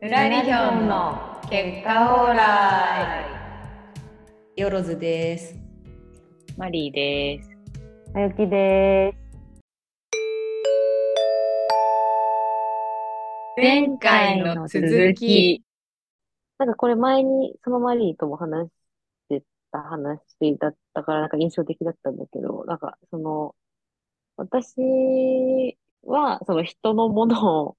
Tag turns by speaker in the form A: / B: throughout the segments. A: プラリヒョンの結果オーライ
B: よろずです。
C: マリーです。
D: あゆきで
A: 前回の続き。
D: す。なんかこれ前にそのマリーとも話してた話だったからなんか印象的だったんだけど、なんかその、私はその人のものを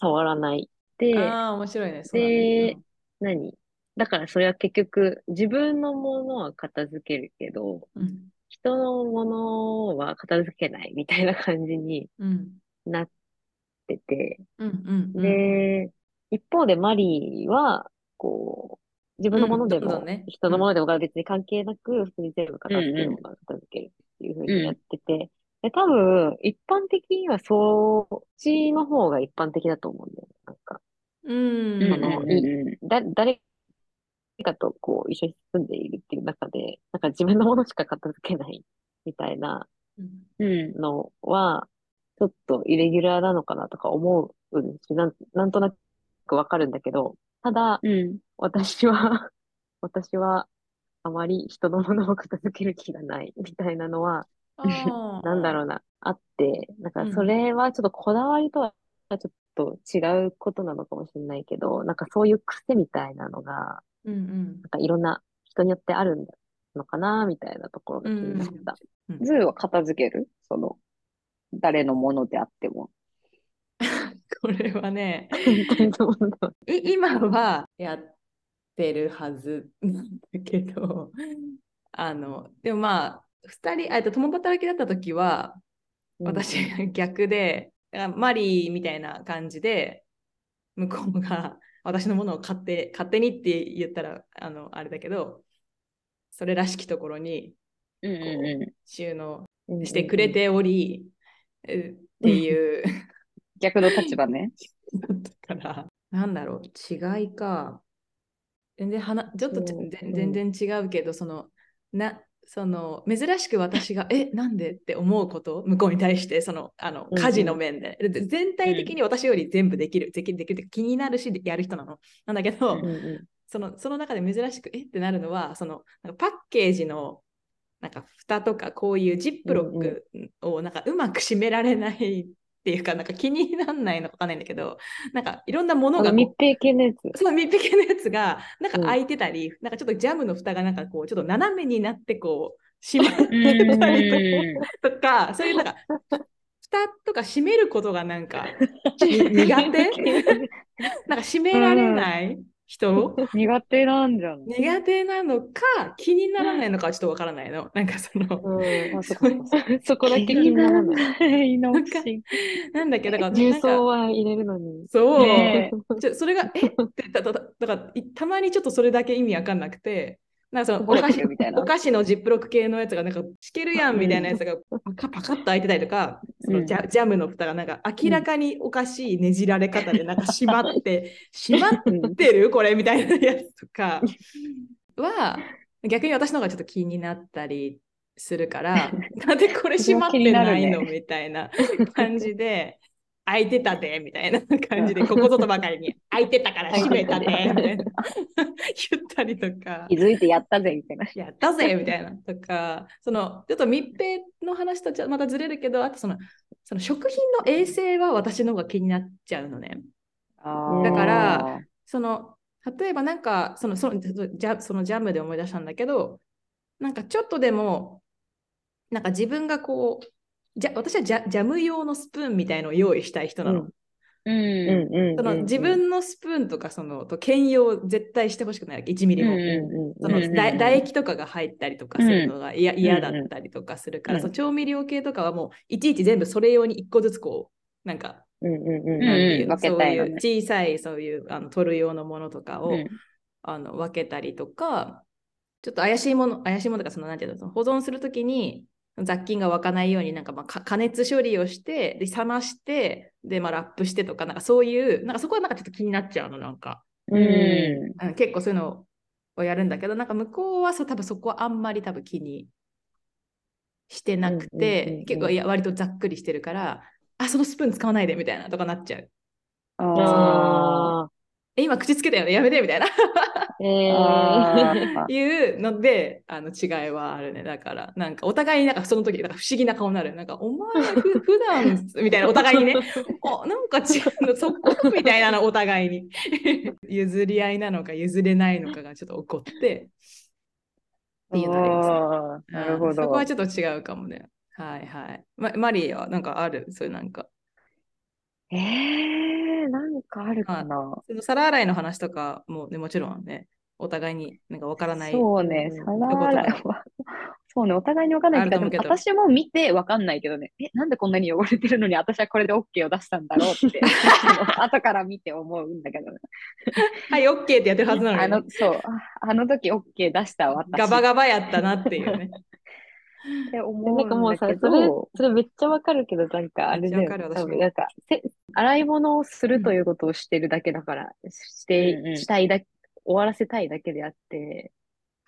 D: 触らない。で、
B: ああ、面白いね。そうだ
D: で
B: ね、
D: 何だからそれは結局自分のものは片付けるけど、
B: うん
D: 人のものは片付けないみたいな感じに
B: うん
D: なってて、
B: うんうんうん
D: で、一方でマリーは、こう、自分のもので
B: うんそう
D: も
B: だね、
D: 人のものでも別に関係なく、普通に全部片付けるものは片付けるっていう風にやってて、で、多分、一般的にはそっちの方が一般的だと思うんだよね。なんか、
B: うん
D: あのいだ、誰かとこう、一緒に住んでいるっていう中で、なんか自分のものしか片付けないみたいな
B: うん
C: うん。
D: のは、ちょっとイレギュラーなのかなとか思うし、なん、なんとなくわかるんだけど、ただ、
C: うん。
D: 私は、 私は、あまり人のものを片付ける気がないみたいなのは、
B: あー
D: なんだろうな、あって、な
B: う
D: んか
B: ん
D: それはちょっとこだわりとはちょっと違うことなのかもしれないけど、なんかそういう癖みたいなのが、
B: うんうん
D: なんかいろんな人によってあるのかな、みたいなところが気になった。
C: ズーは片付けるその、誰のものであって も。
B: これはね、
D: 本当にそう思う
B: い今はやってるはずなんだけど、あの、でもまあ、二人、あえっと共働きだった時は、私が逆で、だからマリーみたいな感じで、向こうが私のものを買って、勝手にって言ったら、あの、あれだけど、それらしきところに
C: うんう
B: 収納
D: うんうん
B: してくれており、えっていう、
C: ん。逆の立場ね。
B: だから、なんだろう、違いか。全然話、ちょっとち
D: そう
B: 全全然違うけど、その、な、その珍しく私が「えなんで?」って思うこと向こうに対してそのあの
D: うん
B: 家事の面で、で全体的に私より全部できる、できできるって気になるしやる人なのなんだけど、
D: うんう
B: そのその中で珍しくえってなるのはそのなんかパッケージのなんか蓋とかこういうジップロックをなんかうまく閉められないっていうかなんか気にならないのかわかんないんだけどなんかいろんなもの
D: ん。
B: が
D: あ
B: こう
D: 密閉系のやつ。
B: その密閉のやつがなんか
D: うん
B: 開いてたり、なんかちょっとジャムの蓋がなんかこうちょっと斜めになってこう閉まっ
C: う
B: てたりとか。
C: ん。
B: とか、そういうなんか、蓋とか閉めることがなんか、に苦手なんか閉められない人
C: 苦手なんじゃん。
B: 苦手なのか、気にならないのかはちょっとわからないの。なんかその、
D: うん、あ、そ
B: そう
D: こそこそこだけ気にならない。
C: い。の
B: なんか なんだっけだから、
D: 重
B: なん
D: 曹
B: か
D: は入れるのに。
B: そう、
C: ね
B: ちょそれが、えってたたただからいたまにちょっとそれだけ意味わかんなくて、なんかそのお菓
C: おか
B: 子
C: しいみたいな
B: お。菓子のジップロック系のやつがなんかしけるやんみたいなやつがパカパカッと開いてたりとか、そのジャジャムの蓋がなんか明らかにおかしいねじられ方でなんか閉まって、閉まってるこれみたいなやつとかは逆に私の方がちょっと気になったりするから、 なんでこれ閉まってないの、みたいな感じで。開いてたでみたいな感じで、ここぞとばかりに、開いてたから閉めたでみ たいな言ったりとか。
C: 気づいてやったぜみたいな。
B: やったぜみたいなとか、そのちょっと密閉の話とちょまたずれるけど、あとそのその食品の衛生は私の方が気になっちゃうのね。、
D: だから
B: その例えばなんかそのそのジャそのジャムで思い出したんだけど、なんかちょっとでもなんか自分がこうじゃ私はジャジャム用のスプーンみたいのを用意したい人なの。
D: うん
C: う。
D: うんんうん
B: その自分のスプーンとかそのと兼用絶対してほしくないわけ1ミリも。
C: うん
D: うんうん
B: そ
D: うん
B: の
C: うんうんうん
B: だ唾液とかが入ったりとかするのが嫌嫌だったりとかするから、
C: うん
B: その調味料系とかはもういちいち全部それ用に1個ずつこうなんか
D: うんうんうん
B: なん
D: う
B: ていう、
D: ん
C: うん分け
B: そう
C: たい
B: い
C: よ
B: う
C: ね
B: 小さいそういうあの取る用のものとかを、あの分けたりとかちょっと怪しいもの怪しいものとかそのなんていうのその保存するときに雑菌が湧かないようになんかまあか加熱処理をしてで冷ましてで、まあ、ラップしてとかなんかそういうなんかそこはなんかちょっと気になっちゃうのなんか。
C: うん。う
B: あの結構そういうのをやるんだけどなんか向こうはそう多分そこはあんまり多分気にしてなくて、
D: うんうんうんうん
B: 結構いや割とざっくりしてるからあそのスプーン使わないでみたいなとかなっちゃう。
C: ん。ああ。
D: ああ
B: え今口つけたよねやめてみたいな
D: え
C: あ
D: ー、
C: ー
B: いうのであの違いはあるねだからなんかお互いになんかその時なんか不思議な顔になるなんかお前ふ 普段みたいな お互いにねおなんか違うのそこみたいなのお互いに 譲り合いなのか譲れないのかがちょっと起こってっていうのありますね
C: あーなる
B: う
C: ほ
B: んそこは
C: ど。
B: ちょっと違うかもねはいはい、ま、マリーはなんかあるそういうなんか
D: えー、なんかあるかな。
B: その皿洗いの話とかも、ね、もちろんねお互いになんかわからない
C: そうね、
D: うん
C: 皿洗い
B: と
C: は。そうね、お互いに分かんな
B: ある
C: いけ
B: と思
C: ど、
B: うけ
C: で
B: ど
C: も私も見て分かんないけどね、え、なんでこんなに汚れてるのに私はこれで OK を出したんだろう って、あの後から見て思うんだけどね。
B: はいオッケーってやってるはずなの
C: あ
B: にね、
C: の、そう、ああの時 OK 出した私
B: ガバガバやったなって いうね
C: って 思
D: な
C: うん
D: かもうさ
C: だけ、
D: それ
C: ど、、
D: それめっちゃわかるけど、なんかあれだよ
B: め
D: ね
B: っちゃわかる
D: 多
B: 私も
D: 分なんか、せ洗い物をするということをしてるだけだから、して、
C: うんうん
D: したいだ、終わらせたいだけであって、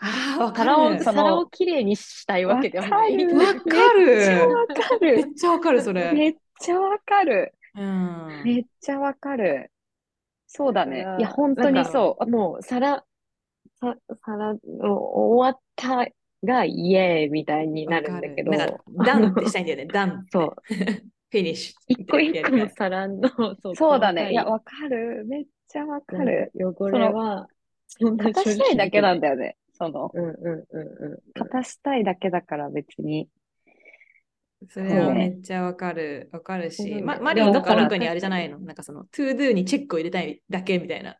B: ああ、わかる。
D: 皿を、
C: その
D: 皿をきれいにしたいわけではない。
C: わ
B: わか
C: めっちゃ
B: る。
C: 分か
B: め
C: る。
B: っちゃわかる、それ。
C: めっちゃ分かる。
B: うん。
C: めっちゃ分かる。そうだ
D: だ
C: ね
D: か。ら
C: いや、本当にそう。
D: う。もう、皿、さ皿の終わったがイエーイみたいになるんだけど、
B: わかるなんか、ダンってしたいんだよね。ダン。
D: そう、
B: フィニッシュ。
D: 一個一個
B: や
D: の
B: りたい
D: 皿の、そう
C: そうだね。
D: 細
C: いや、
D: か
C: わかる。めっちゃわか
D: なん
C: る。
D: か汚れは、そんな
C: 片
D: 処理
C: したいだけな
D: で
C: んだよね。その、
D: きない。うんうんうんうん。
C: 片したいだけだから別に。
B: それはめっちゃわかる。わかるし。
D: うん
B: ま、マリオと
D: で
B: か
D: も
B: 特にあれじゃないのなんかその、トゥードゥにチェックを入れたいだけみたいな。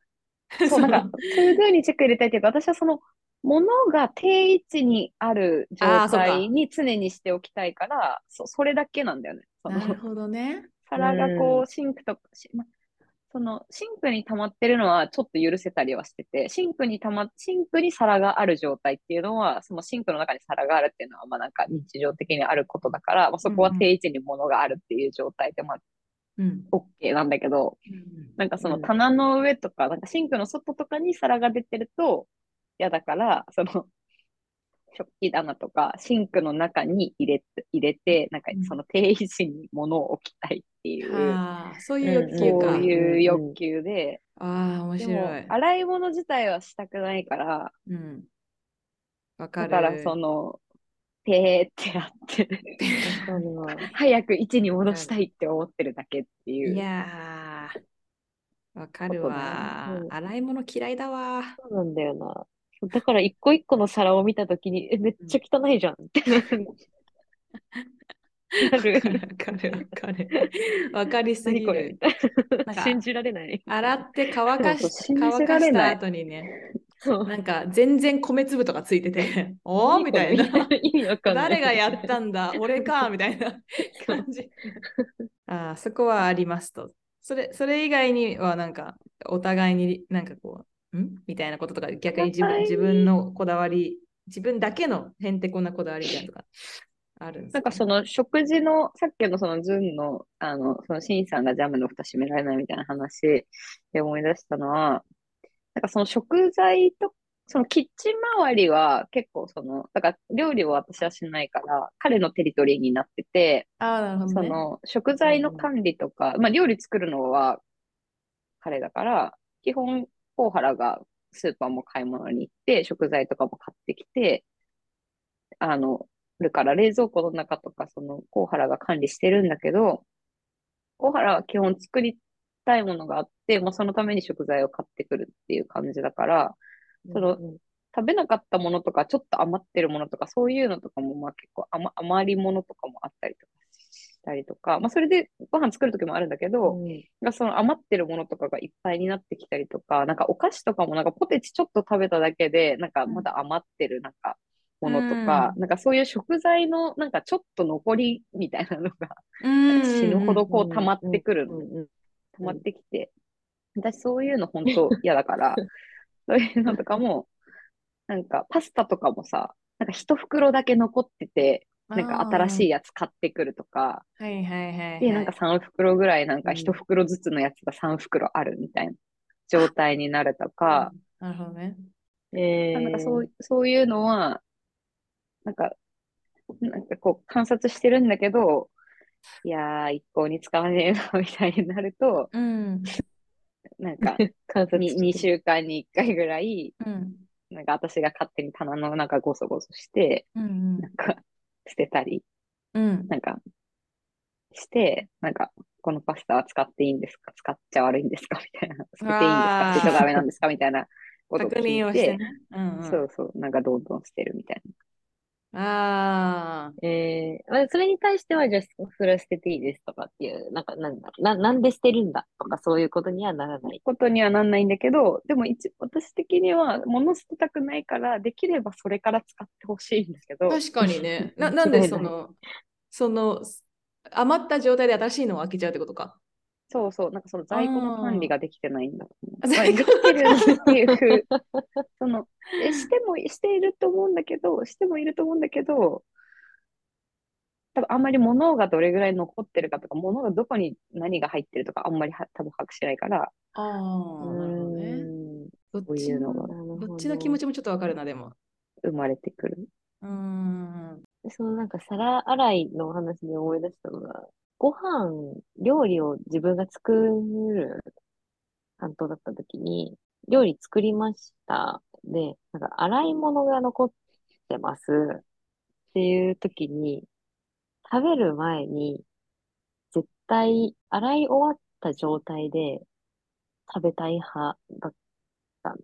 C: そう、なん
B: の
C: か、そういう風にチェック入れたいっていうか、私はその、ものが定位置にある状
B: あーそうか
C: 態に常にしておきたいから、そそれだけなんだよね。そ
B: なる
C: の、
B: ほどね。
C: 皿がこう、シンクとか、しまその、シンクに溜まってるのはちょっと許せたりはしてて、シンクに溜ま、シンクに皿がある状態っていうのは、そのシンクの中に皿があるっていうのは、まあなんか日常的にあることだから、まあそこは定位置に物があるっていう状態で、まあ
B: うん。
C: OK なんだけど、なんかその
D: うん
C: 棚の上とか、なんかシンクの外とかに皿が出てると嫌だから、その食器棚とかシンクの中に入れて、入れて、なんか
B: うん
C: その定位置に物を置きたいっていう、
B: ああ、そういう欲
C: そ
B: 求
D: ん
B: か。
C: ういう欲求で、
B: ああ、面
C: で
B: 白
C: も
B: い。
C: 洗い物自体はしたくないから、
B: うん。わか
C: だ
B: る。
C: からその、ペーってやって、
D: わかるわ
C: 早く位置に戻したいって思ってるだけってい。
B: いうやー、わかる
C: ことね
B: わ
D: う。ん
B: 洗い物嫌いだわ。
D: そうなんだよな。だから一個一個の皿を見たときに、え、めっちゃ汚いじゃんってなる。
B: わか
D: なる
B: るわかる。わかりすぎ
D: 何これ
B: る
D: み。たい
B: な
D: な。
B: んか
D: 信じられない。
B: 洗って乾か
C: そう
B: し
C: そう信じ
B: 乾
C: ら
B: か
C: れ
B: し
C: な
B: た
C: い
B: 後にね、
D: そう。
B: なんか全然米粒とかついて て、おーみたいな。。
D: 意味わかんない。
B: 誰がやったんだ俺 かみたいな感じ。 あーそこはありますと。それそれ以外にはなんかお互いになんかこう、んみたいなこととか逆に自
C: お互
B: 分
C: いに
B: 自分のこだわり、自分だけのへんてこなこだわりみたいなのとかあるんです
C: なんかその食事の、さっきのそのズンの、あの、そのシンさんがジャムの蓋閉められないみたいな話で思い出したのは、なんかその食材と、そのキッチン周りは結構その、だから料理を私はしないから、彼のテリトリーになってて、
B: ああ、なるほど、
C: そ
B: ね。
C: の食材の管理とか、まあ料理作るのは彼だから、基本、コウハラがスーパーも買い物に行って、食材とかも買ってきて、あの、るから冷蔵庫の中とか、その、コウハラが管理してるんだけど、コウハラは基本作りたいものがあって、もうそのために食材を買ってくるっていう感じだから、その
D: うん
C: 食べなかったものとか、ちょっと余ってるものとか、そういうのとかも、まあ結構余、余り物とかもあったりとかしたりとか、まあそれでご飯作るときもあるんだけど、
D: うん
C: がその余ってるものとかがいっぱいになってきたりとか、なんかお菓子とかもなんかポテチちょっと食べただけで、なんかまだ余ってるなんかものとか、なんかそういう食材のなんかちょっと残りみたいなのが
B: うん
C: 死ぬほどこう溜まってくる
D: う
C: の、
D: んうん
C: 溜まってきて、私そういうの本当嫌 だから、そういうのとかも、なんかパスタとかもさ、なんか一袋だけ残ってて、なんか新しい
B: い。
C: やつ買ってくるとか、
B: はいはいはいはい。
C: で、なんか3袋ぐらい、なんか1袋ずつのやつが3袋あるみたいな状態になるとか、
B: なるほどね。
D: えー
C: なんかそうそういうのは、なんか、なんかこう観察してるんだけど、いやー、一向に使わねえな、みたいになると、
B: うん。
C: なんか、
D: 観察
C: に
D: して
C: 2週間に1回ぐらい、
A: うん
C: なんか私が勝手に棚の中ゴソゴソして、
A: うん
C: なんか捨てたり、
A: うん
C: なんかして、なんかこのパスタは使っていいんですか使っちゃ悪いんですかみたいな。捨てていいんで
A: あ
C: すか
A: ー
C: 捨てちゃダメなんですかみたいなことを
A: 確
C: 聞
A: 認
C: い
A: をしてて、ねうんうん
C: そうそう、なんかどんどん捨てるみたい
A: ああ
D: えーまあ、それに対しては、じゃあ、それは捨てていいですとかっていう、なんか、なんだ、な、なんで捨てるんだとか、そういうことにはならな。
C: ないことにはなんないんだけど、でも一私的には物捨てたくないから、できればそれから使ってほしいんだけど、
B: 確かにね。 ななんでその、その余った状態で新しいのを開けちゃうってことか。
C: そうそう、なんかその在庫の管理ができてないんだと思う。
B: あー在庫
C: まあできてるっていう、その、えしても、していると思うんだけど、してもいると思うんだけど、多分あんまり物がどれぐらい残ってるかとか、物がどこに何が入ってるとか、あんまりは多分把握してないから、
B: ああ、なるほどね。ど
C: こ
B: っ
C: うい
B: ち
C: うの
B: の
C: が
B: どっちの気持ちもちょっとわかるな、でも。
C: 生まれてくる。
B: うーん。
D: そのなんか皿洗いのお話で思い出したのが、ご飯、料理を自分が作る担当だった時に、料理作りました。で、なんか洗い物が残ってます。っていう時に、食べる前に、絶対洗い終わった状態で食べたい派だったん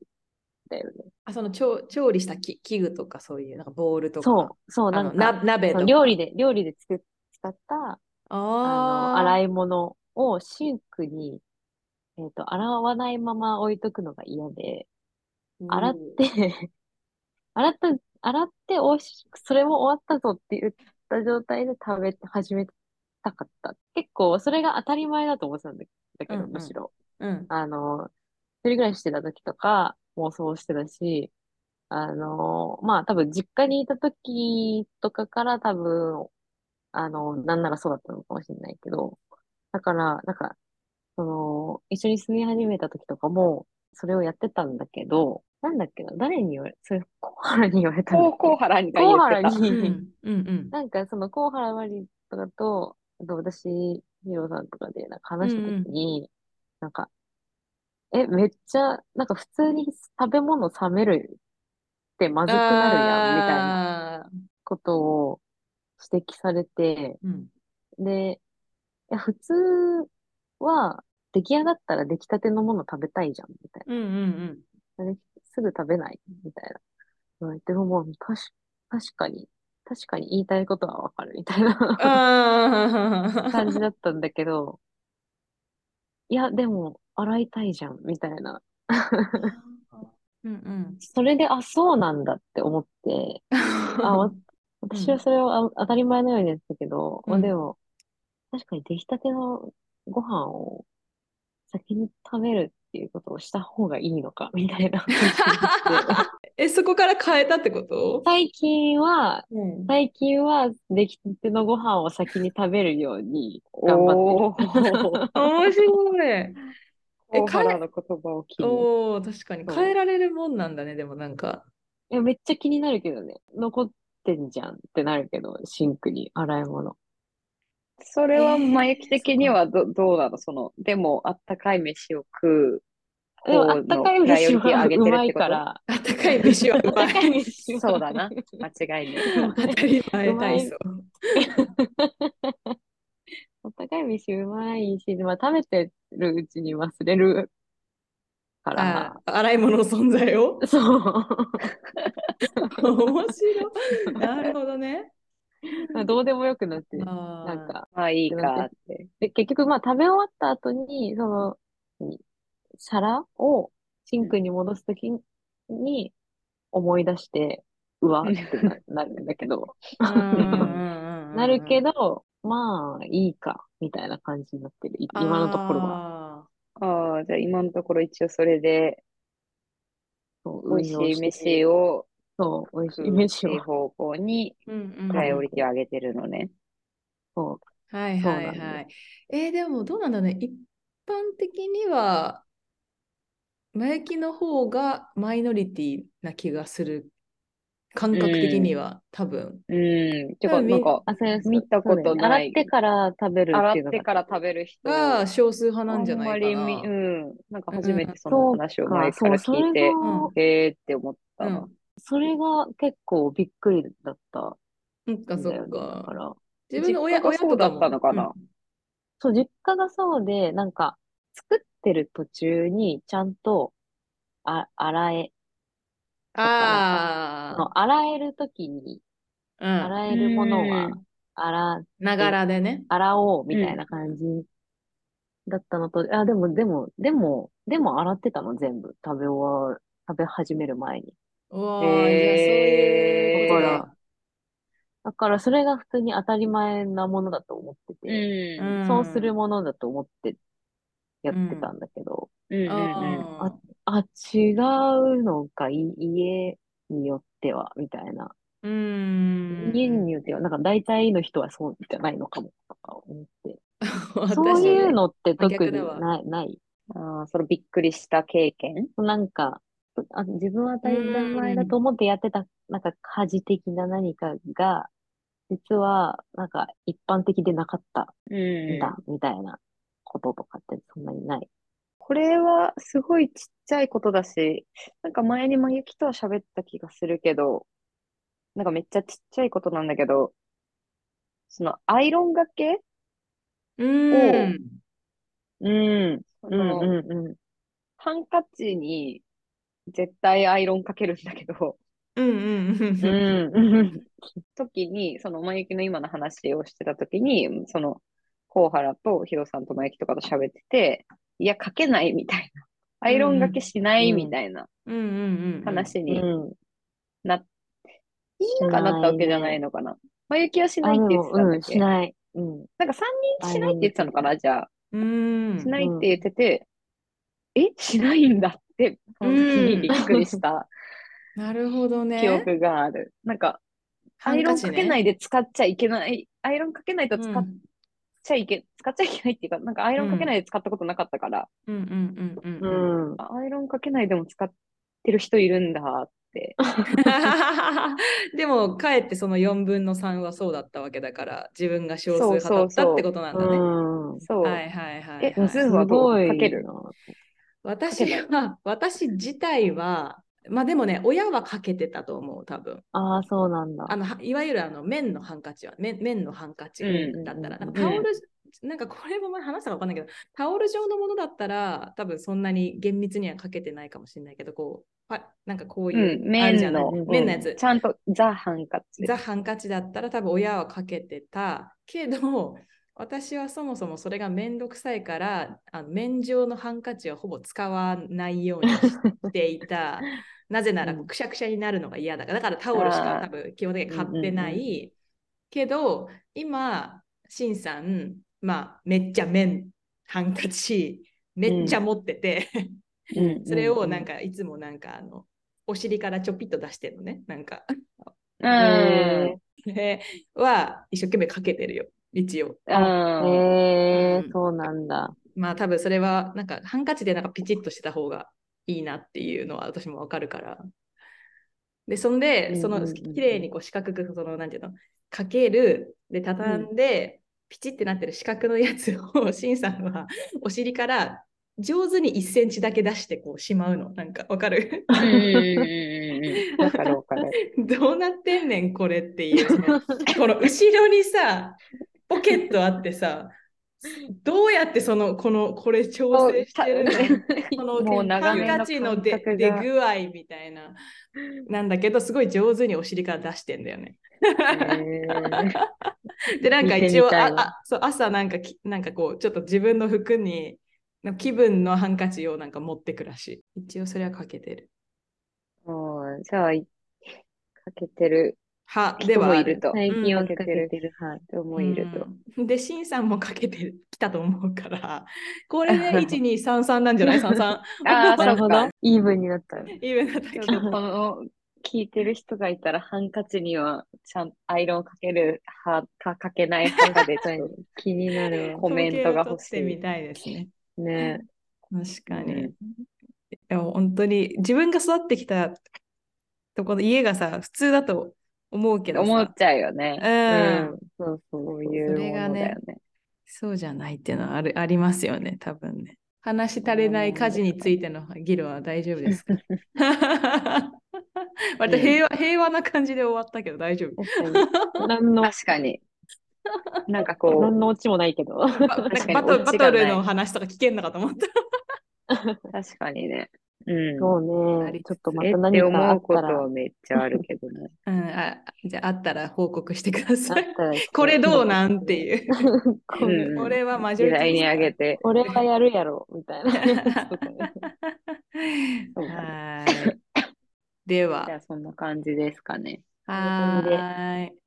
D: だよね。
B: あ、その調調理したき器具とかそういう、なんかボールとか。
D: そう、そう、
B: あ
D: な
B: の
D: んか、
B: な鍋
D: そ
B: と
D: の
B: か。
D: 料理で、料理で作っ使った、あ
B: あ
D: の、
B: あ。
D: 洗い物をシンクに、えっと、洗わないまま置いとくのが嫌で、洗っ
B: うん
D: て 洗った、洗っておし、それも終わったぞって言った状態で食べて始めたかった。結構、それが当たり前だと思ってたんだだけ
B: うん
D: ど、
B: うん
D: むしろ。
B: うん。
D: あの、一人暮らししてた時とか、もそうしてたし、あの、まあ、多分実家にいた時とかから多分、あの、なんならそうだったのかもしれないけど、だから、なんか、その、一緒に住み始めた時とかも、それをやってたんだけど、なんだっけな、誰に言われ、それ、コウハラに言われたんだっ
C: こ
D: け
C: う、コウハラにか
D: コウハ
C: 言
D: ラ
C: ってた。
B: うん
D: に、
B: うん
D: なんかその、コウハラマリとかと、あと私、ヒロさんとかでなんか話したときに、なんか、え、めっちゃ、なんか普通に食べ物冷めるってまずくなるやん、みたいな
B: な。
D: ことを指摘されて、
B: うん
D: で、いや普通は出来上がったら出来たてのもの食べたいじゃん、みたい
B: うんうん
D: な。でですぐ食べない、みたいな。うんでももう、確確かに、確かに言いたいことはわかる、みたいな。
B: うん。ああ。
D: 感じだったんだけど、 いや、でも、洗いたいじゃん、みたいな。
B: うんうん。
D: それで、あ、そうなんだって思って、あ、わ私はそれをあ当たり前のようにやってたけど、まあ
B: うん
D: でも、確かに出来たてのご飯を先に食べるっていうことをした方がいいのか、みたいな話をして
B: え、そこから変えたってこと
D: 最近は、
B: うん
D: 最近は出来たてのご飯を先に食べるように頑張
C: お
D: ってる。
C: ー、
B: 面白い。
C: コウハラの言葉を聞いて。
B: おお、確かに
D: そう
B: 変えられるもんなんだね、でもなんか。
D: いや、めっちゃ気になるけどね。残ってんじゃんってなるけど、シンクに洗い物。
C: それ
B: え
C: は、
B: ー
C: まあ、ゆき的にはど、どうなのその、でも、あったかい飯を食う
D: でも、
C: 方
D: あった
C: の
D: かい
C: プライオ
D: 飯
C: リティを
D: は
C: 上げ
D: う
C: てるっ
D: ま
C: て
D: い
C: こ
D: か
C: と
D: ら。
B: あったかい飯はうま
D: あったかい
B: い。
D: 飯は
C: そうだな。間違いね
B: 当たり前体操。
D: あったかい飯うまいし、まあ食べてるうちに忘れるか
B: あ
D: ら。
B: 洗い物の存在を
D: そう。
B: 面白い。なるほど ね。
D: まあどうでもよくなって、な、
B: なん
D: か。
C: まあいいかって。
D: で、結局、まあ食べ終わった後に、その、何皿をシンクに戻すときに思い出して、うわってななるんだけど。な
B: な
D: るけど、まあ、いいか、みたいな感じになってる、い今のところは。
B: は。
C: ああ、じゃあ今のところ一応それで、
D: そう、
C: 美味
D: 運用
C: しい
D: してる
C: 飯を
D: そう、美味し
C: 食
D: いう
C: っ
D: 飯
C: ていう
D: を。
C: 方向に、
B: うんうん
C: プライオリティを上げてるのね。
D: そ
B: はい
D: そう
B: はい
D: なんだよ
B: はい。えーでもどうなんだろうね。一般的には、前行きの方がマイノリティな気がする感覚的には、多分。
C: うん。てか、
B: うん
C: なんか、
D: あ、それ、
C: 見たことない
D: そうだよね洗ってから食べる
C: 洗
D: っ
C: って
D: いうの
C: て
D: が。
C: から食べる人、
B: が少数派なんじゃないかな。
C: あんまりみ、うん。なんか初めてその
D: そう
C: 話を
D: か
C: 前から
D: そう、
C: 聞い
D: それ
C: て
D: が、
C: へーって思った。
B: うん
D: それが結構びっくりだった
B: そっか
D: んだ
B: そ
D: よ
B: っ
D: ね。だか
B: か。
D: ら、
B: 自分の親
C: 実家
B: 親
C: が
B: と
C: そうだ
B: かも
C: ったのかな。
D: そう、実家がそうで、なんか、作ってる途中にちゃんと、あ、洗え、
B: あ
D: の洗えるときに、
B: あ、うん。
D: 洗えるものは
C: うん、
D: 洗、
B: ながらでね。
D: 洗おうみたいな感じだったのと、あ、でも、でも、でも、でも洗ってたの、全部。食べ終わる、食べ始める前に。
B: うわ
C: へ
B: ーじ
C: ー
B: ゃあそういうこと
D: だから、だからそれが普通に当たり前なものだと思ってて、
C: うん
D: そうするものだと思ってやってたんだけど、
C: うんうんうん。
B: あー
D: あ、違うのか、い家によっては、みたいな。
B: うーん。
D: 家によっては、なんか大体の人はそうじゃないのかも、とか思って。
B: 私
D: そういうのって
B: 真
D: 特
B: 逆
D: に
B: だわ
D: ない、ない。
C: ああ、そのびっくりした経験
D: なんか、あ、自分は当たり前だと思ってやってた、なんか家事的な何かが、実は、なんか一般的でなかった
C: うん
D: んだ、みたいなこととかってそんなにない。
C: これはすごいちっちゃいことだし、なんか前にまゆきとは喋った気がするけど、なんかめっちゃちっちゃいことなんだけど、そのアイロンがけ
B: うん。
D: うん、う
C: そ
D: ん、
C: の
D: うん、うん。
C: ハンカチに絶対アイロンかけるんだけど、
B: うんうんうんうん。
D: うん。
C: 時に、そのまゆきの今の話をしてた時に、その、コウハラとヒロさんとまゆきとかと喋ってて、いや、かけないみたいな。アイロンがけしないみたいな
B: うんうんうん。
C: 話
D: う
C: に
D: ん。
C: なっ
D: し
C: なんかなったわけじゃ
D: ない
C: ない
D: ね。
C: のかな。まゆきはし
D: あ、
C: ないっ
D: で
C: て言っ
D: も、
C: てたん
D: う
C: だっ
D: ん、
C: け
D: しない。うん。
C: なんか3人しないって言ってたのかな、じゃあ。
B: うん。
C: しないって言ってて、え、しないんだって、その時にびっくりした
B: なるほどね。
C: 記憶がある。なんか、アイロンかけないで使っちゃいけない。アイロンかけないと使っちゃいけ、使っちゃいけないっていうか、なんかアイロンかけないで使ったことなかったから、
B: うんうんうんうん
D: う
B: うん。
D: ん。
C: あアイロンかけないでも使ってる人いるんだって。
B: でも、かえってその4分の3はそうだったわけだから、自分が少数派だったってことなんだね。
D: うん。
C: そう。
B: はいはいはい、はい。
C: えズームは
D: す
C: どう
D: ごい
C: かける
D: な。
B: 私
C: か
B: は、私自体は、まあでもね、親はかけてたと思う、多分。
D: ああ、そうなんだ。
B: あのはいわゆるあの綿のハンカチは綿綿のハンカチ
C: うん
B: だったら、
D: うん
B: なんかタオル、なんかこれも前話したか分かんないけどタオル状のものだったら多分そんなに厳密にはかけてないかもしれないけどこうパなんかこう
C: う
B: い
C: ん、
B: う、あるじゃ
C: 綿
B: ない
C: の、
D: うん
B: 綿のやつ、
C: ちゃんとザ・ハンカチ。
B: ザ・ハンカチだったら多分親はかけてたけど私はそもそもそれがめんどくさいからあの綿状のハンカチはほぼ使わないようにしてい たなぜなら
D: うん
B: くしゃくしゃになるのが嫌だからだからタオルし
C: あ
B: か
C: ー
B: 多分基本的に買ってない、
D: うんうん
B: けど今しんさんまあめっちゃ綿ハンカチめっちゃ持ってて、
D: うん
B: それをなんかいつもなんかあのお尻からちょぴっと出してるのねなんか。
C: う
D: うんん。。
B: それは一生懸命かけてるよ一応
D: え
C: うん。
D: え
B: う
D: ー、
B: ん
D: そうなん だ。
B: まあ多分それはなんかハンカチでなんかピチッとしてた方がいいなっていうのは私もわかるからでそん
D: うんうん
B: で
D: うん
B: その綺麗にこう四角くそのなんていうのかけるで畳んで、ピチってなってる四角のやつをしんさんはお尻から上手に1センチだけ出してこうしまうのなんかわかる
C: うんうんうんうんわかるわかる。
B: どうなってんねんこれっていうそのこの後ろにさ、ポケットあってさ、どうやってその、この、これ調整してるのこの
C: もう
B: ハ
C: 長
B: ン
C: 年の
B: カチの出
C: 感覚
B: 出
C: が
B: 具合みたいな、なんだけど、すごい上手にお尻から出してんだよね。で、なんか一
D: 見てみ
B: 応、
D: た
B: あ
D: いわ
B: あそう朝なんかき、なんかこう、ちょっと自分の服に、の気分のハンカチをなんか持ってくらしい。一応それはかけてる。
C: うんじゃあ、いかけてる
B: は、で
C: 人
B: は
C: も
B: あ
C: い
B: る
C: る。と。
D: 最近はかけて
C: うん
D: る。はい。
C: 人もいると。
B: うんで、シンさんもかけてきたと思うから、これで1、2、3、3なんじゃ ない ?3、3。
C: あ
D: な
C: あ、そ
D: る
C: う
D: ほ
C: か
D: ど。。イーブンになったよ。
B: イベントだ
C: ち
B: け
C: ょっ
B: ど
C: とこの、聞いてる人がいたら、ハンカチには、ちゃんアイロンかける派か、かけない派かで、ちょっ
D: 気にな るわ。
C: コメントが欲し
B: 統計を取
C: い
B: ってみたいですね。
D: ね
B: 確
C: と。
B: かに。いや、本当に自分が育ってきたとこの家がさ、普通だと思うけどさ
C: 思っちゃうよ
B: う、
C: ね。う
D: そ
C: んん。
D: うそう
C: そ
D: そうう
C: い
B: そうれ
C: も
B: が
C: の
B: ね
C: だよね。
B: そうじゃないっていうのはあるありますよね、多分ね。話し足りない家事についての議論は大丈夫ですか 割と平和平和な感じで終わったけど大丈夫。
D: 確かに。何の、
C: 確かに。なんかこ
D: 何のオチもないけど。
B: ばなんか
C: 確かに
B: バトル
C: オチ
B: バ
C: が
B: ト
C: ない
B: ルの話とか聞けんのかと思った。
C: う、確かにね。うん。
D: そう
B: あり
D: ね。
B: つつ
D: ちょっとま
C: え
D: た
C: って
D: 何かあ
C: 思う
D: っ
C: こ
D: た
C: と
D: ら、あ
C: はめっちゃあるけどね。
B: うん、あじゃあ、あったら報告してくだ
D: っ
B: さい。
D: たらちょっと
B: これどうなんっていう。
D: これ
C: うん
B: これはマジョ
C: 時
B: リティ
C: 代にあげ
B: て。
C: て。
D: これはやるやろ、みた いなやつとかね。
C: そう
B: は
C: だね
B: ーい。では
C: じゃ。あそんな感じですかね。
B: は
D: こんな感じで
B: ーい。